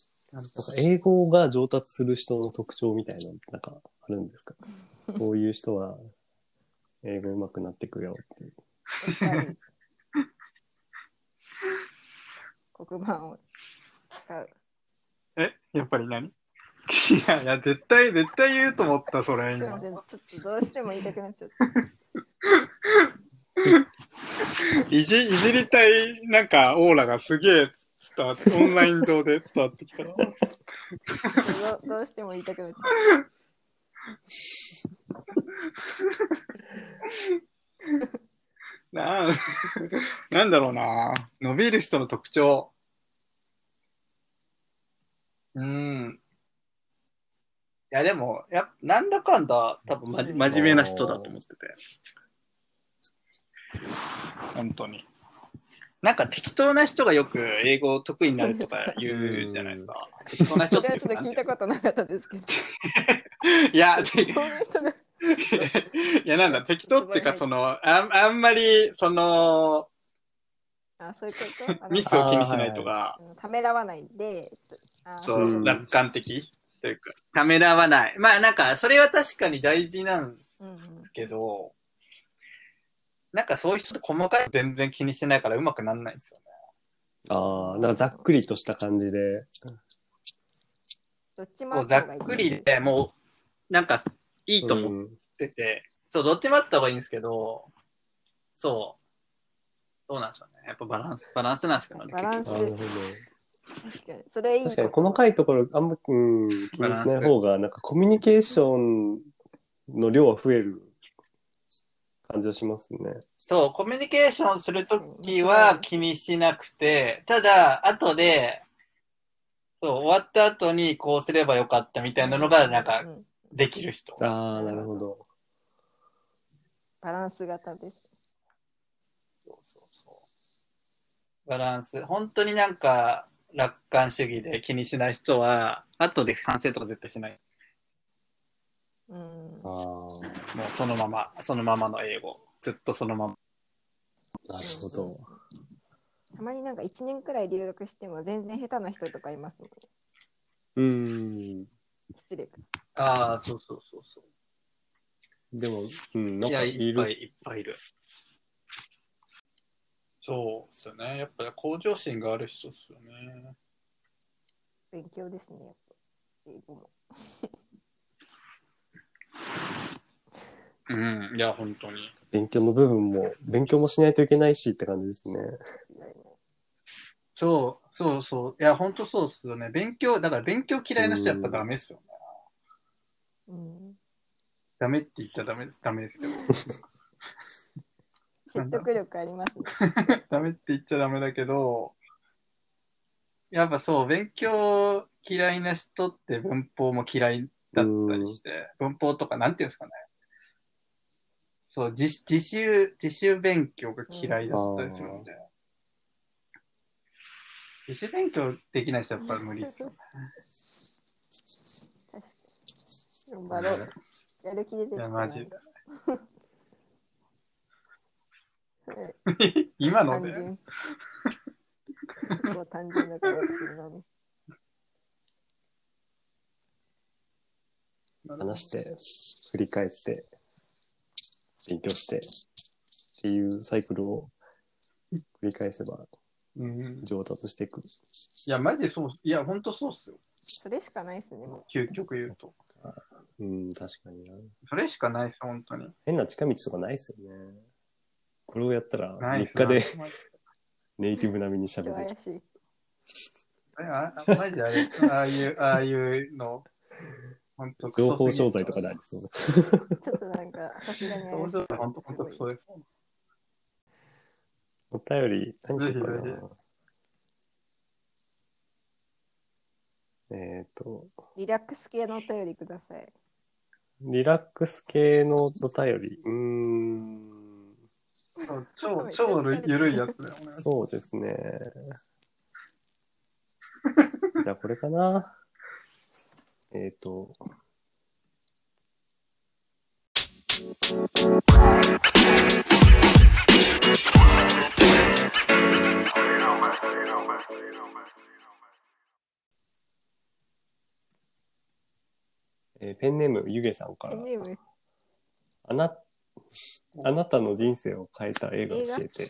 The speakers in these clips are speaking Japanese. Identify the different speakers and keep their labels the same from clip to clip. Speaker 1: か英語が上達する人の特徴みたいなのってなんかあるんですか こういう人は英語上手くなってくよっていう。
Speaker 2: やっぱり黒板を使う。
Speaker 3: えやっぱり何いやいや、絶対、絶対言うと思った、それ
Speaker 2: すみま
Speaker 3: 今。
Speaker 2: せん、ちょっとどうしても言いたくなっちゃった。
Speaker 3: いじ、いじりたい、なんか、オーラがすげえ伝わって、オンライン上で伝わってきた。
Speaker 2: どうどうしても言いたくなっちゃった。
Speaker 3: なあ なんだろうな。伸びる人の特徴。うん。いや、でも、やなんだかんだ、多分まじ真面目な人だと思ってて。本当に。なんか適当な人がよく英語得意になるとか言うじゃないですか。適当な人
Speaker 2: そ
Speaker 3: っ
Speaker 2: れ
Speaker 3: てい
Speaker 2: はちょ
Speaker 3: うか
Speaker 2: っと聞いたことなかったですけど、
Speaker 3: いや、
Speaker 2: そういう人が。
Speaker 3: いや、なんだ、適当っていうか、その、あんあんまり、その、
Speaker 2: あ、そういうことあの
Speaker 3: ミスを気にしないとか、
Speaker 2: あのためらわないで、あ
Speaker 3: そう、
Speaker 1: うん
Speaker 3: 楽観的というか、ためらわない。まあなんか、それは確かに大事なんで
Speaker 2: うんうん
Speaker 3: すけど、なんかそういう人って細かい全然気にしないからうまくなんないんですよね。
Speaker 1: ああ、なんかざっくりとした感じで。
Speaker 2: どっちも
Speaker 3: こ
Speaker 2: あ
Speaker 3: う
Speaker 2: っ
Speaker 3: ざ
Speaker 2: た方が
Speaker 3: っ
Speaker 2: いい
Speaker 3: くりでもう、なんかいいと思っ
Speaker 1: うん
Speaker 3: てて、そう、どっちもあった方がいいんですけど、そう、どうなんでしょうね。やっぱバランス、バランスなんですけどね。
Speaker 2: バランス
Speaker 1: あーな
Speaker 2: で
Speaker 1: る
Speaker 2: す
Speaker 1: ほど。
Speaker 2: 確かに。それいい。
Speaker 1: 確かに細かいところあんま、うん、気にしない方が、なんかコミュニケーションの量は増える感じはしますね。
Speaker 3: そう、コミュニケーションするときは気にしなくて、ただ、後で、そう、終わった後にこうすればよかったみたいなのが、なんか
Speaker 2: う、ん
Speaker 3: できる人。
Speaker 1: ああ、なるほど。
Speaker 2: バランス型です。
Speaker 3: そうそうそう。バランス。本当になんか、楽観主義で気にしない人は、後で反省とか絶対しない。
Speaker 2: う
Speaker 1: あ
Speaker 2: ん。
Speaker 1: あ、
Speaker 3: もうそのまま、そのままの英語。ずっとそのまま。
Speaker 1: なるほど。
Speaker 2: たまになんか1年くらい留学しても全然下手な人とかいますもんね。
Speaker 1: うん。
Speaker 2: 失礼か。
Speaker 3: ああ、そうそうそうそ
Speaker 1: でも、うん、
Speaker 3: う。
Speaker 1: なん
Speaker 3: いや、
Speaker 1: か
Speaker 3: い
Speaker 1: い
Speaker 3: っぱい
Speaker 1: る。
Speaker 3: いっぱいいる。そうですよね。やっぱり向上心がある人ですよね。
Speaker 2: 勉強ですね、やっぱ。英語も。
Speaker 3: うん、いや、本当に。
Speaker 1: 勉強の部分も、勉強もしないといけないしって感じですね。
Speaker 2: いやいや
Speaker 3: そう、そうそう。いや、本当そうですよね。勉強、だから勉強嫌いな人はやっぱダメっすよね。
Speaker 2: うん。
Speaker 3: ダメって言っちゃダメです。ダメですけど。
Speaker 2: 説得力ありますね。
Speaker 3: ダメって言っちゃダメだけど、やっぱそう、勉強嫌いな人って文法も嫌いだったりして、文法とかなんていうんですかね。そう、自自習、自習勉強が嫌いだったりするので。自主勉強できない人はやっぱり無理っすよね。
Speaker 2: 確かに。頑張ろう。やる気出て
Speaker 3: い
Speaker 2: き
Speaker 3: や、
Speaker 2: た
Speaker 3: マ
Speaker 2: な。
Speaker 3: ジで。
Speaker 2: うん
Speaker 3: 今の
Speaker 2: 単
Speaker 3: で、
Speaker 2: 純。 結構単純だから、私のミス
Speaker 1: 話して、振り返って、勉強して、っていうサイクルを繰り返せば
Speaker 3: うん、い
Speaker 1: 上達していく。
Speaker 3: や、マジでそう、いや、ほんとそうっすよ。
Speaker 2: それしかないですね、も
Speaker 3: 究極言うと。
Speaker 1: うん、確かにな。
Speaker 3: それしかないっす、本当に。
Speaker 1: 変な近道とかないですよね。これをやったら、
Speaker 3: ないっ
Speaker 1: 3
Speaker 3: す
Speaker 1: 日で
Speaker 3: な
Speaker 1: ネイティブ並みに
Speaker 2: う。超
Speaker 1: 喋れる。
Speaker 2: 怪しい。
Speaker 3: あれああマジであれ、ああいう、ああいうの、本当
Speaker 1: 情報商材とかでありそう。
Speaker 2: ちょっとなんか、さすがに
Speaker 3: 本
Speaker 2: 怪し
Speaker 3: 当
Speaker 2: い。
Speaker 3: 本当本当
Speaker 2: すご
Speaker 3: そ
Speaker 2: いう
Speaker 3: です。
Speaker 1: お便り、何しようか
Speaker 3: ぜひぜ
Speaker 1: な。えっ、と、
Speaker 2: リラックス系のお便りください。
Speaker 1: リラックス系のお便り。うーん、
Speaker 3: そう超、超ゆるいやつだよね。
Speaker 1: そうです ね。じゃあこれかな。えっ、と、えーペンネームゆげさんから
Speaker 2: ペン、ネーム
Speaker 1: あな、あなたの人生を変えた映画教えて。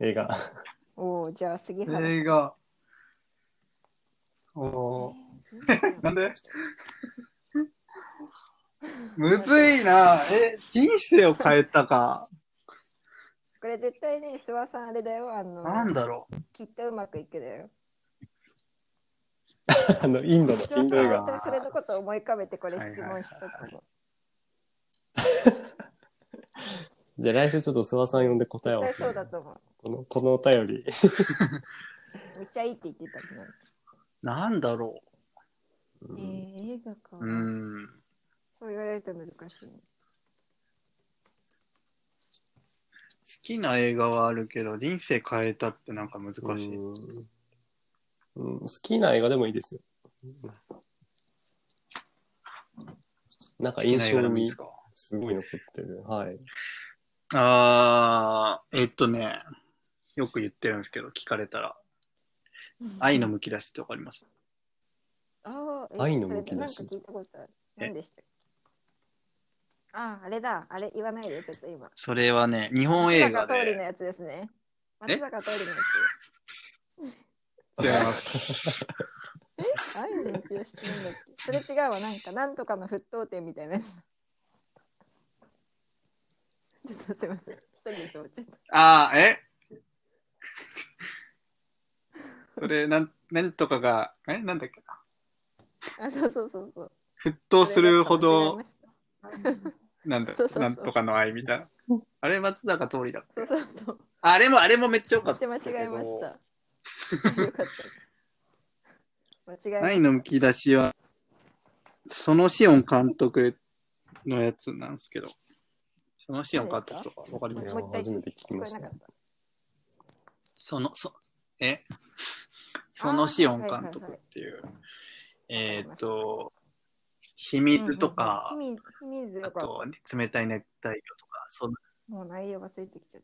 Speaker 1: 映画。
Speaker 2: おおじゃあ杉原、
Speaker 3: 映画。おーなんでむずいなえ、人生を変えたか。
Speaker 2: これ絶対ね諏訪さんあれだよあの
Speaker 3: なんだろう。
Speaker 2: きっとうまくいくだよ
Speaker 1: あの、インドの
Speaker 2: 諏
Speaker 1: イン
Speaker 2: 訪
Speaker 1: ド
Speaker 2: さ
Speaker 1: 映
Speaker 2: ん
Speaker 1: 画。
Speaker 2: とそれのことを思い浮かべてこれ質問しとくの
Speaker 1: じゃあ来週ちょっと諏訪さん呼んで答え合わ
Speaker 2: 絶対
Speaker 1: せ
Speaker 2: そうだと思う
Speaker 1: この、このお便り。
Speaker 2: めっちゃいいって言ってたもん、
Speaker 3: なんだろ
Speaker 1: うん
Speaker 2: えー、映画か、
Speaker 3: う。うん。
Speaker 2: そう言われると難しいね
Speaker 3: 好きな映画はあるけど、人生変えたってなんか難しい。
Speaker 1: うん好きな映画でもいいですよ。なんか印象に
Speaker 3: か
Speaker 1: すごい残ってる。はい。
Speaker 3: あー、えっとね、よく言ってるんですけど、聞かれたら、愛のむき出しってわかります
Speaker 2: ああ、え
Speaker 1: 愛の
Speaker 2: それ
Speaker 1: むき出し
Speaker 2: なんか聞いたことある。
Speaker 3: え
Speaker 2: 何でしたっけああ、あれだ。あれ言わないで、ちょっと今。
Speaker 3: それはね、日本映画
Speaker 2: 松坂桃李の
Speaker 3: で。
Speaker 2: やつですね。
Speaker 3: え
Speaker 2: 松坂桃李のや
Speaker 3: 違います。
Speaker 2: つ。愛のむき出しってなんだっけそれ違うわ。なんか、なんとかの沸騰点みたいなやつ。ちょっとすいません。一人で止まっちゃった。
Speaker 3: あー、え それ、なん、なんとかが、えなんだっけな。
Speaker 2: あ、そうそうそうそう。
Speaker 3: 沸騰するほど、
Speaker 2: そ
Speaker 3: なんだ
Speaker 2: そうそうそう
Speaker 3: なんとかの愛みたいな。あれ、松坂通りだっけ
Speaker 2: うそうそう。
Speaker 3: あれも、あれもめっちゃ良
Speaker 2: め
Speaker 3: か
Speaker 2: っ
Speaker 3: っ
Speaker 2: ち
Speaker 3: た
Speaker 2: ゃ間
Speaker 3: けど。
Speaker 2: 違えま した。よかった。間違えま
Speaker 3: 愛
Speaker 2: し
Speaker 3: のむき出しは、そのシオン監督のやつなんですけど、そのシオン監督とかわかり
Speaker 2: た。
Speaker 3: ます
Speaker 2: もう一回
Speaker 1: 初めて聞き
Speaker 2: 聞こ
Speaker 1: ま
Speaker 2: え
Speaker 1: し
Speaker 2: な
Speaker 1: た
Speaker 2: かっ。た。
Speaker 3: その、そ、えそのシオン監督っていう、えーっと、秘密とか、
Speaker 2: うんうんうん秘密、秘密
Speaker 3: あ
Speaker 2: よかっ
Speaker 3: と、冷たい熱帯魚とか、そんな
Speaker 2: た。もう内容忘れてきちゃっ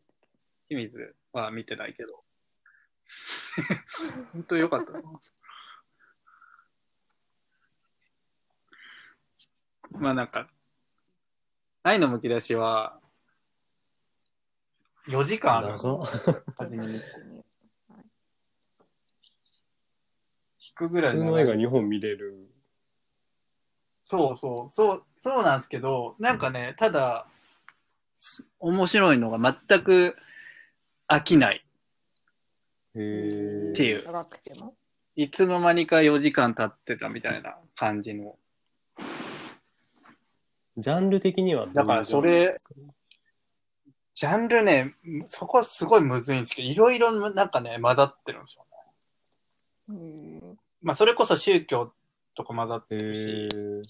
Speaker 3: 秘密は見てないけど、 本当よかったな。まあなんか、愛のむき出しは、4時間あるんです
Speaker 1: 長
Speaker 3: よ
Speaker 1: っ
Speaker 2: た。
Speaker 3: あでも
Speaker 2: 検索
Speaker 3: 引くぐら
Speaker 1: 普
Speaker 3: い
Speaker 1: 通
Speaker 3: 長い
Speaker 1: の映画2本見れる。
Speaker 3: そうそう、そう、そうなんですけど、なんかね、ただ、す面白いのが全く飽きない。
Speaker 1: へ
Speaker 2: してみよう
Speaker 1: ー
Speaker 3: ていう
Speaker 2: 長くても。
Speaker 3: いつの間にか4時間経ってたみたいな感じの。
Speaker 1: ジャンル的にはどういう
Speaker 3: だからそれジャンルね、そこすごいむずいんですけど、いろいろなんかね、混ざってるんですよ
Speaker 2: う
Speaker 3: ね。
Speaker 2: ん
Speaker 3: まあ、それこそ宗教とか混ざって
Speaker 1: ジャン
Speaker 3: る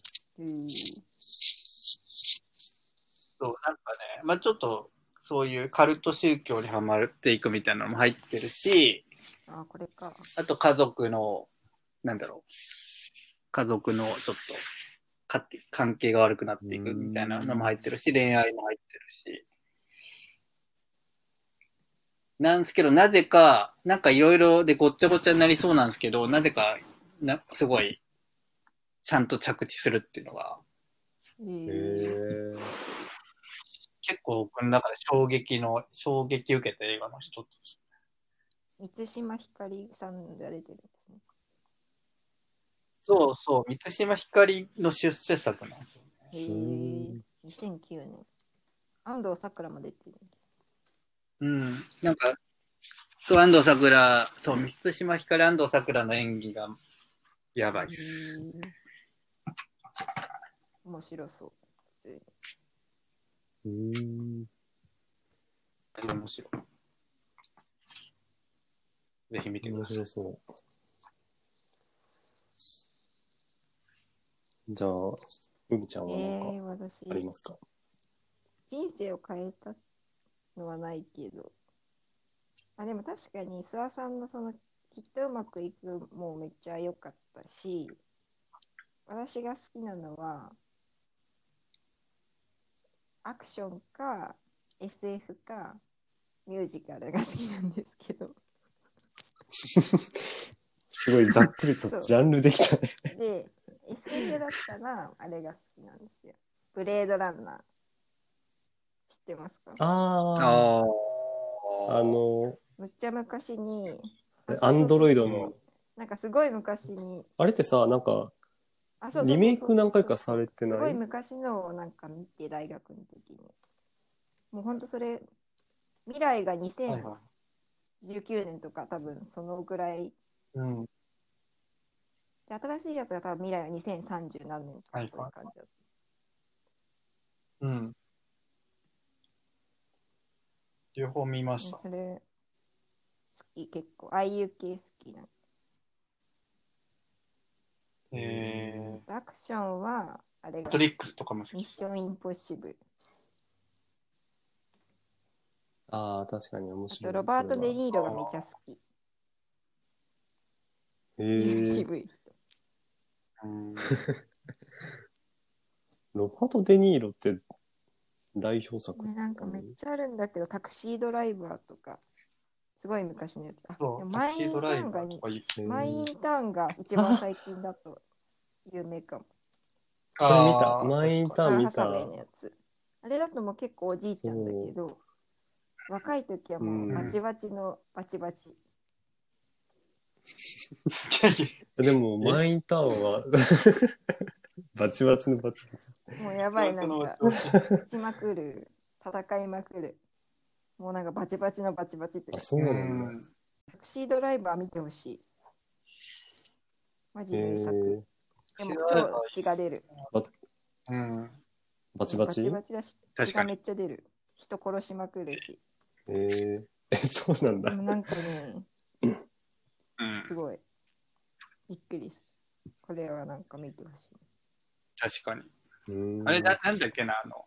Speaker 1: ル
Speaker 3: し、
Speaker 1: ですか。
Speaker 2: うん
Speaker 3: そう、なんかね、まあ、ちょっと、そういうカルト宗教にはまっていくみたいなのも入ってるし、
Speaker 2: あ、これか。
Speaker 3: あと家族の、なんだろう。家族のちょっとか、関係が悪くなっていくみたいなのも入ってるし、恋愛も入ってるし。なんですけど、なぜか、なんかいろいろでごっちゃごちゃになりそうなんですけど、なぜか、なすごい、ちゃんと着地するっていうのが、
Speaker 1: へ
Speaker 2: え
Speaker 1: ー
Speaker 3: 結構僕の中で衝撃の、衝撃受けた映画の一つです。
Speaker 2: 満島ひかりさんが出てるんですね。
Speaker 3: そうそう、満島ひかりの出世作なんですよ。
Speaker 2: へ
Speaker 1: う
Speaker 2: え
Speaker 1: ん。
Speaker 2: 2009年。安藤サクラも出てる。
Speaker 3: うん、なんか、そう、安藤サクラ、そう、満島ひかり安藤サクラの演技がやばいです。
Speaker 2: へえ面白そう。普通に
Speaker 1: うん
Speaker 3: 面白い。ぜひ見てく
Speaker 1: 面
Speaker 3: ださ
Speaker 1: 白
Speaker 3: い。
Speaker 1: そう。じゃあ、海ちゃんは
Speaker 2: え
Speaker 1: 何か
Speaker 2: ー私
Speaker 1: ありますか、
Speaker 2: 人生を変えたのはないけどあでも確かに諏訪さんのそのきっとうまくいくもめっちゃ良かったし私が好きなのはアクションか SF かミュージカルが好きなんですけど
Speaker 1: すごいざっくりとジャンルできたね。
Speaker 2: で SF だったら、あれが好きなんですよ。ブレードランナー。知ってますか
Speaker 1: あ
Speaker 3: あ
Speaker 1: あ、
Speaker 3: あ。
Speaker 1: あの、
Speaker 2: むっちゃ昔に。
Speaker 1: アンドロイドの。
Speaker 2: なんかすごい昔に。
Speaker 1: あれってさ、なんか、
Speaker 2: あそうそうそうそう
Speaker 1: リメイク何回かされて
Speaker 2: すご
Speaker 1: ないい
Speaker 2: 昔のをなんか見て、大学の時に。もうほんとそれ、未来が
Speaker 3: はいは
Speaker 2: 2019年とか、多分そのぐらい。
Speaker 3: いうん。
Speaker 2: で新しいやつが多分未来は2030何年と
Speaker 3: は
Speaker 2: か
Speaker 3: い
Speaker 2: そういう感じだっ
Speaker 3: うん。両方見ま
Speaker 2: た、
Speaker 3: した。
Speaker 2: それ、好き、結構。ああいう系好きな。
Speaker 3: えー、
Speaker 2: アクションは、あれ
Speaker 3: マ
Speaker 2: が
Speaker 3: ト、リックスとかも好き
Speaker 2: ミッ
Speaker 3: です。
Speaker 2: ションインポッシブル。
Speaker 1: ああ、確かに面
Speaker 2: あ
Speaker 1: 白
Speaker 2: と
Speaker 1: い。
Speaker 2: ロバート・デ・
Speaker 1: リ
Speaker 2: ニーロがめちゃ好き。
Speaker 1: へえ。
Speaker 2: 渋い人。
Speaker 3: うん。
Speaker 1: ロバート・デ・ニーロって代表作。
Speaker 2: ねなんかめっちゃあるんだけど、タクシードライバーとか、すごい昔のやつ。あ
Speaker 3: そ
Speaker 2: で
Speaker 3: う、
Speaker 2: も
Speaker 3: タ
Speaker 2: マ
Speaker 3: ク
Speaker 2: イイン
Speaker 3: シー
Speaker 2: タ
Speaker 3: ドライ
Speaker 2: ーン
Speaker 3: バ
Speaker 2: が
Speaker 3: ーとかいいっすね。
Speaker 1: へー
Speaker 2: マインターンが一番最近だと有名かも。
Speaker 1: これ見た。
Speaker 3: ー
Speaker 1: マインタ
Speaker 2: ア
Speaker 1: ーン
Speaker 2: ン
Speaker 1: 見
Speaker 2: ハサウェイ
Speaker 1: た
Speaker 2: の。やつ。あれだともう結構おじいちゃんだけど、若い時はもうバチバチのバチバチ。
Speaker 3: 確かに
Speaker 1: でも、マインターン は、バチバチのバチバチ。
Speaker 2: もうやばい、な
Speaker 3: そ
Speaker 2: ん
Speaker 3: の
Speaker 2: か打ちまくる、戦いまくる。もうなんかバチバチのバチバチって
Speaker 1: あ、。そうなんだ。
Speaker 3: うん
Speaker 2: タクシードライバー見てほしい。マジ
Speaker 1: へ
Speaker 2: 名作。
Speaker 1: え。
Speaker 2: でも超血が出る。
Speaker 3: うん。
Speaker 1: バチバチ
Speaker 2: バチだし、
Speaker 3: 確
Speaker 2: 血
Speaker 3: か
Speaker 2: が
Speaker 3: に
Speaker 2: めっちゃ出る。人殺しまくるし。
Speaker 1: へえ。え、そうなん
Speaker 2: で
Speaker 1: だ。
Speaker 2: もなんかね、
Speaker 3: うん
Speaker 2: すごい。びっくりする。これはなんか見てほしい。
Speaker 3: 確かに。
Speaker 1: うん
Speaker 3: あれな、なんだっけな、あの、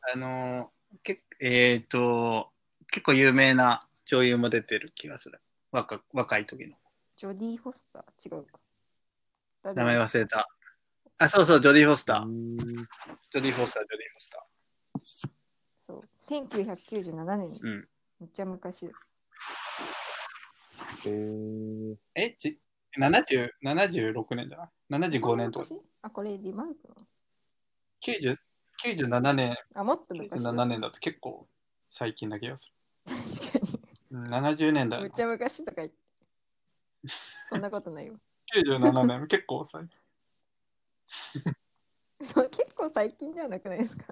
Speaker 3: あの、けえっ、と、結構有名な女優も出てる気がする。若若い時の。
Speaker 2: ジョディ・フォスター違うか。誰
Speaker 3: 名前忘れた。あ、そうそう、ジョディ・フォスター
Speaker 1: う。ん
Speaker 3: ジョディ・フォスター、ジョディ・フォスター。
Speaker 2: そう。1997年、
Speaker 3: うん
Speaker 2: めっちゃ昔。
Speaker 1: へえ。
Speaker 3: え、ち、70 76年じゃない ?75 年とか
Speaker 2: そんな昔あ、これリマークの
Speaker 3: 90 97年、
Speaker 2: あ、もっと昔だ。
Speaker 3: 97年だと結構最近な気がす
Speaker 2: 確か
Speaker 3: る。うん70年代
Speaker 2: に。め
Speaker 3: の
Speaker 2: っちゃ昔とか言って。そんなことないよ。
Speaker 3: 97年、結構最近。
Speaker 2: そう結構最近ではなくないですか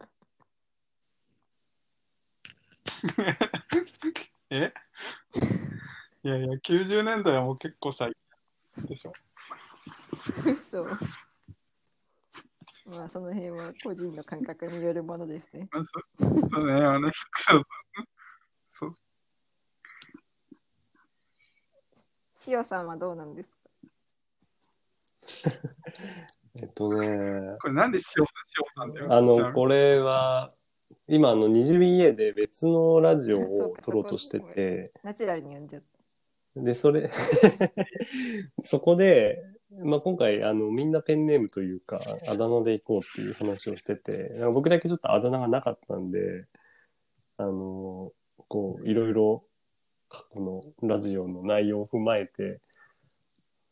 Speaker 3: え いやいや、90年代はもう結構最近でしょ。
Speaker 2: 嘘。まあその辺は個人の感覚によるものですね。
Speaker 3: まあそそうね、あの、そうそう。
Speaker 2: しおさんはどうなんですか
Speaker 1: えっとね。
Speaker 3: これなんで塩さん、塩さんだよ。
Speaker 1: あ
Speaker 3: じゃ
Speaker 1: の、これは、今、あの、20BA で別のラジオを撮ろうとして
Speaker 2: そうか
Speaker 1: て、
Speaker 2: ナチュラルに読んじゃっ
Speaker 1: で、それ、 そこで、まあ、今回、あの、みんなペンネームというか、あだ名で行こうっていう話をしてて、なんか僕だけちょっとあだ名がなかったんで、あの、こう、いろいろ、過去のラジオの内容を踏まえて、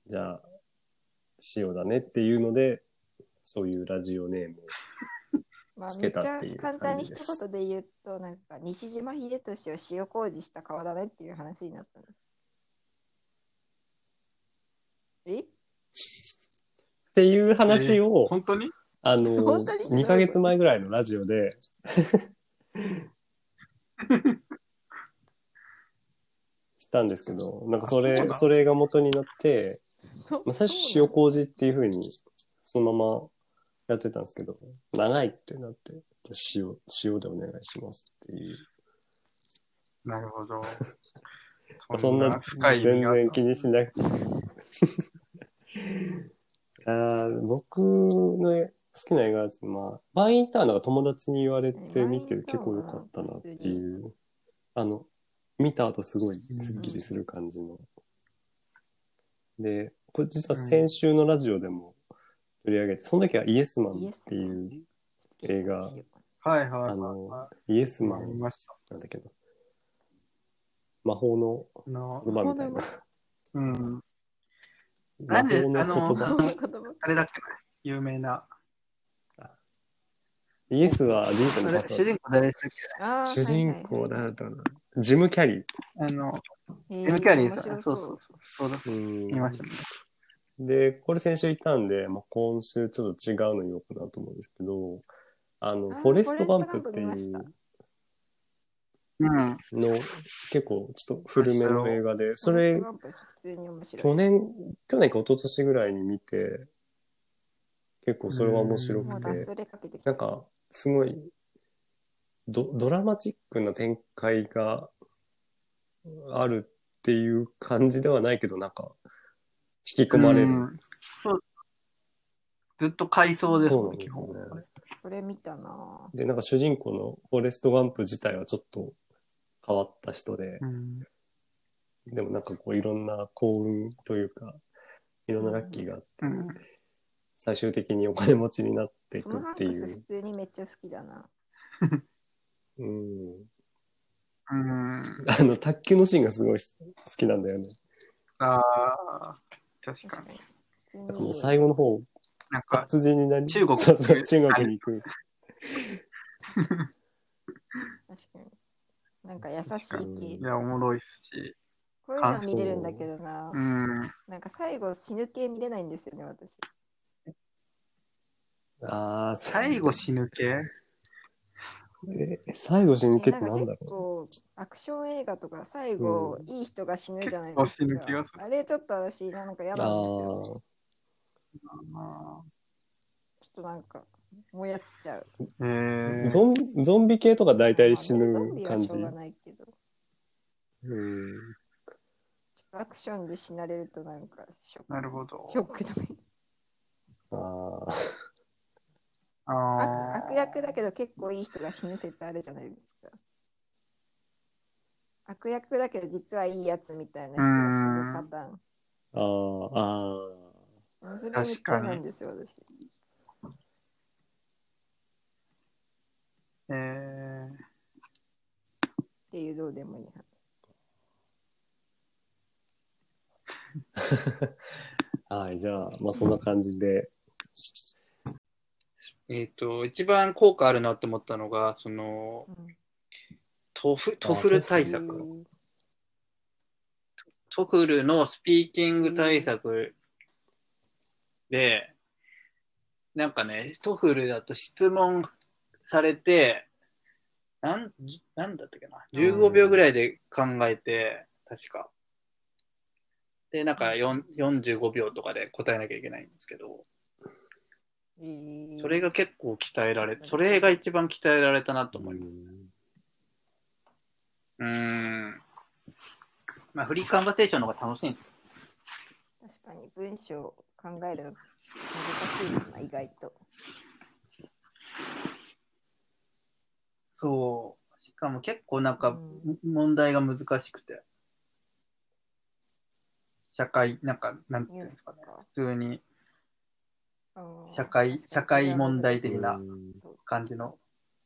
Speaker 1: じゃあ、塩だねっていうので、そういうラジオネームを
Speaker 2: まあ
Speaker 1: つ
Speaker 2: め
Speaker 1: け
Speaker 2: ったち
Speaker 1: っ
Speaker 2: ゃ
Speaker 1: ていう
Speaker 2: 簡単
Speaker 1: 感
Speaker 2: に
Speaker 1: じ
Speaker 2: 一
Speaker 1: です
Speaker 2: 言で言うと、なんか西島秀俊を塩麹した顔だねっていう話になったんです。え
Speaker 1: っていう話
Speaker 3: あ
Speaker 1: を、
Speaker 3: 本当に
Speaker 1: あの
Speaker 2: 本当に
Speaker 1: 2ヶ月前ぐらいのラジオで、 したんですけど、なんかそれ
Speaker 3: あそう、だ
Speaker 1: それが元になって、
Speaker 2: そ
Speaker 1: まあ、最初
Speaker 2: そ
Speaker 1: 塩
Speaker 2: うなの
Speaker 1: 麹っていう風に、そのままやってたんですけど、長いってなって、じゃあ塩、塩でお願いしますっていう。
Speaker 3: なるほど。
Speaker 1: まあそんな、
Speaker 3: 深い
Speaker 1: 全
Speaker 3: 意味があった
Speaker 1: 然気にしなくて。 あー僕の好きな映画です。まあ、バインターンが友達に言われて見て
Speaker 2: うん
Speaker 1: 結構良かったなっていう。あの、見た後すごいスッキリする感じの。で、これ実は先週のラジオでも取り上げて、その時はイエスマンっていう、映画
Speaker 2: ちょっと検索しよう
Speaker 3: はいはいはい
Speaker 1: あの
Speaker 3: は、
Speaker 1: イエス
Speaker 3: い。
Speaker 1: マ
Speaker 3: まあ、見
Speaker 1: ン
Speaker 3: ました。
Speaker 1: なんだけど、魔法の
Speaker 3: あの
Speaker 1: 言葉みたいな。
Speaker 3: うん。
Speaker 1: 魔法の言
Speaker 3: なんであ
Speaker 1: 葉。
Speaker 2: この言葉
Speaker 3: あれだっけ有名な。
Speaker 1: イエスは人生のパスワー
Speaker 3: 主人公誰でしたっ
Speaker 2: あ
Speaker 1: ド。
Speaker 2: ー
Speaker 1: 主人公誰だったかな。ジム・キャリ
Speaker 3: けあの、
Speaker 2: はいはい
Speaker 3: エムキャリー
Speaker 2: 面
Speaker 3: さん。
Speaker 2: 白
Speaker 3: そうそうそう。そうだ、
Speaker 1: ー。うん
Speaker 3: 見ましたね。
Speaker 1: で、これ先週行ったんで、まあ、今週ちょっと違うの言おうかなと思うんですけど、あの、
Speaker 2: あー
Speaker 1: フォレスト・ガンプってい
Speaker 2: フォレストガン
Speaker 1: う
Speaker 3: うん。
Speaker 1: の、結構ちょっと古めの映画で、そ
Speaker 2: フォレス
Speaker 1: れ
Speaker 2: トガンプ普通に面白い。
Speaker 1: 去年、去年か一昨年ぐらいに見て、結構それは面白
Speaker 2: もう
Speaker 1: く
Speaker 2: 脱
Speaker 1: て、
Speaker 2: それかけてきた。
Speaker 1: なんか、すごい、ドドラマチックな展開があるっていう感じではないけど、なんか、引き込まれる。
Speaker 3: うんそう。ずっと回想です
Speaker 1: そう
Speaker 3: も
Speaker 1: なんん
Speaker 3: ね、
Speaker 1: で
Speaker 3: 基
Speaker 1: すよ
Speaker 3: 本。
Speaker 1: ね。
Speaker 2: これ見たなぁ。
Speaker 1: で、なんか主人公のフォレスト・ガンプ自体はちょっと変わった人で、
Speaker 3: うん。
Speaker 1: でもなんかこういろんな幸運というか、いろんなラッキーがあって、
Speaker 3: うん。
Speaker 1: 最終的にお金持ちになってい
Speaker 2: ト
Speaker 1: く
Speaker 2: ム・ハ
Speaker 1: っ
Speaker 2: ン
Speaker 1: てい
Speaker 2: クス
Speaker 1: う
Speaker 2: 普。通にめっちゃ好きだな。
Speaker 1: うん。
Speaker 3: うん。
Speaker 1: あの、卓球のシーンがすごい好きなんだよね。
Speaker 3: ああ、確か
Speaker 2: 確
Speaker 3: に。
Speaker 2: かに。普通
Speaker 1: なんかも
Speaker 2: に
Speaker 1: う。最後の方、
Speaker 3: なんか、
Speaker 1: 達人になり、
Speaker 3: 中国
Speaker 1: そうそう中国に行く。
Speaker 2: 確かに。なんか優し
Speaker 1: 確か
Speaker 2: い
Speaker 1: に
Speaker 2: 系
Speaker 3: い。や、おもろいっすし。
Speaker 2: こういうのは見れるんだけどな
Speaker 3: う。ん。
Speaker 2: なんか最後死ぬ系見れないんですよね、私。
Speaker 1: ああ、
Speaker 3: 最後死ぬ系
Speaker 1: え最後死ぬけって
Speaker 2: な
Speaker 1: な
Speaker 2: んか
Speaker 1: んだ
Speaker 2: 結
Speaker 1: ろ
Speaker 2: 構アクション映画とか最後
Speaker 1: う
Speaker 2: いい人が死ぬじゃないですか。
Speaker 3: 結構死ぬ気がする
Speaker 2: あれちょっと私なんか嫌
Speaker 1: う。
Speaker 2: なんですよ。
Speaker 1: ああ。
Speaker 3: あ
Speaker 2: ちょっとなんかもやっちゃう。
Speaker 3: ーえー、
Speaker 1: ゾンゾンビ系とか大体死
Speaker 2: まあゾン
Speaker 1: ぬ
Speaker 2: ビは
Speaker 1: 感じ
Speaker 2: しょ。うがないけど。ちょ
Speaker 1: うん
Speaker 2: っとアクションで死なれるとなんかショック
Speaker 3: なるほど。
Speaker 2: ショックだね。
Speaker 1: あ
Speaker 3: あ
Speaker 2: 悪
Speaker 3: あ
Speaker 2: 悪役だけど結構いい人が死ぬ説あるじゃないですか。悪役だけど実はいいやつみたいな人が死ぬパターン。
Speaker 1: あ、ああ、あ
Speaker 2: それめっちゃなんですよ、私。
Speaker 3: えー、
Speaker 2: っていうどうでもいい話。
Speaker 1: あ。はい、じゃあ、まあそんな感じで。
Speaker 3: えっ、と、一番効果あるなって思ったのが、その、トフ、トフル対策。トフルのスピーキング対策で、なんかね、トフルだと質問されて、なん、なんだったっけな。15秒ぐらいで考えて、確か。で、なんか4 45秒とかで答えなきゃいけないんですけど、それ
Speaker 2: が
Speaker 3: が結構鍛えられ、それが一番鍛えられたなと思います。うーん。まあ、フリーカンバセーションの方が楽しいんです
Speaker 2: 確かに文章を考えるの難しいもんな、意外と。
Speaker 3: そう。しかも結構なんか
Speaker 2: う、
Speaker 3: 問題が難しくて。社会、なんか、なんてい
Speaker 2: ニ
Speaker 3: う
Speaker 2: ュ
Speaker 3: ん
Speaker 2: ー
Speaker 3: です
Speaker 2: ス
Speaker 3: か
Speaker 2: と
Speaker 3: ね。
Speaker 2: か。
Speaker 3: 普通に
Speaker 2: あー
Speaker 3: 社会社会問題的な。
Speaker 1: うん
Speaker 2: そう
Speaker 3: 感じの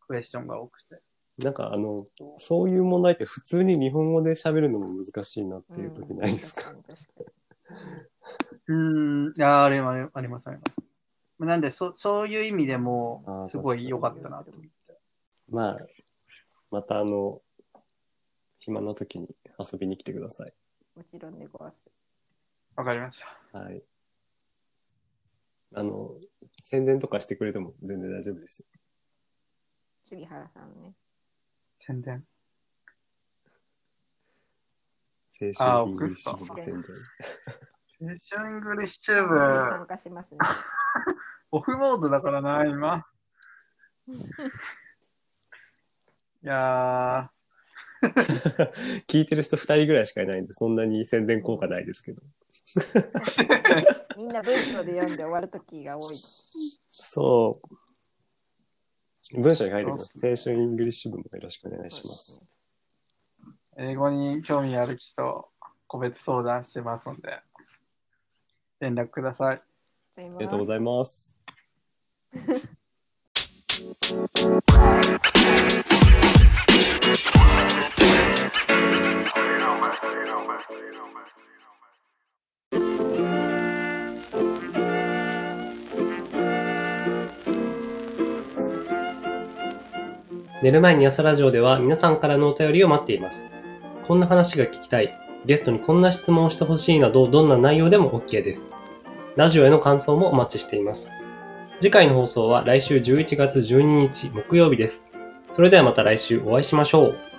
Speaker 3: クエスチョンが多くて。
Speaker 1: なんかあの、
Speaker 3: そう
Speaker 1: そういう問題って普通に日本語で喋るのも難しいなっていう時ないですか。
Speaker 2: うん確かに確か
Speaker 3: うーん、いやーあれもあれあります、あります。なんで、そそういう意味で
Speaker 1: あ
Speaker 3: も
Speaker 1: ー、
Speaker 3: すごい良かったなと思って。
Speaker 1: まあ、またあの、暇な時に遊びに来てください。
Speaker 2: にもちろんでごわす。
Speaker 3: わかりました。
Speaker 1: はい。あの、宣伝とかしてくれても全然大丈夫です。
Speaker 2: 杉原さんね。
Speaker 3: 宣伝。
Speaker 1: 青
Speaker 3: あ
Speaker 1: 春イングリ
Speaker 3: 送っ
Speaker 1: ッシ
Speaker 3: た
Speaker 1: ュ語宣伝。
Speaker 3: セッションイングリッシ
Speaker 2: に
Speaker 3: ュ部
Speaker 2: 参、加しますね。
Speaker 3: オフモードだからな、今。 いや
Speaker 1: 聞いてる人2人ぐらいしかいないんで、そんなに宣伝効果ないですけど。
Speaker 2: みんな文章で読んで終わる時が多い。
Speaker 1: そう。文章に書いてくだ
Speaker 3: そうっ
Speaker 1: さい。青春イングリッシュ部もよろしくお願いします。
Speaker 2: そうですね
Speaker 3: ー、英語に興味ある人、個別相談してますので、連絡ください。
Speaker 2: あり
Speaker 1: ありがとうございます。寝る前に朝ラジオでは皆さんからのお便りを待っています。こんな話が聞きたい、ゲストにこんな質問をしてほしいなど、どんな内容でも OK です。ラジオへの感想もお待ちしています。次回の放送は来週11月12日木曜日です。それではまた来週お会いしましょう。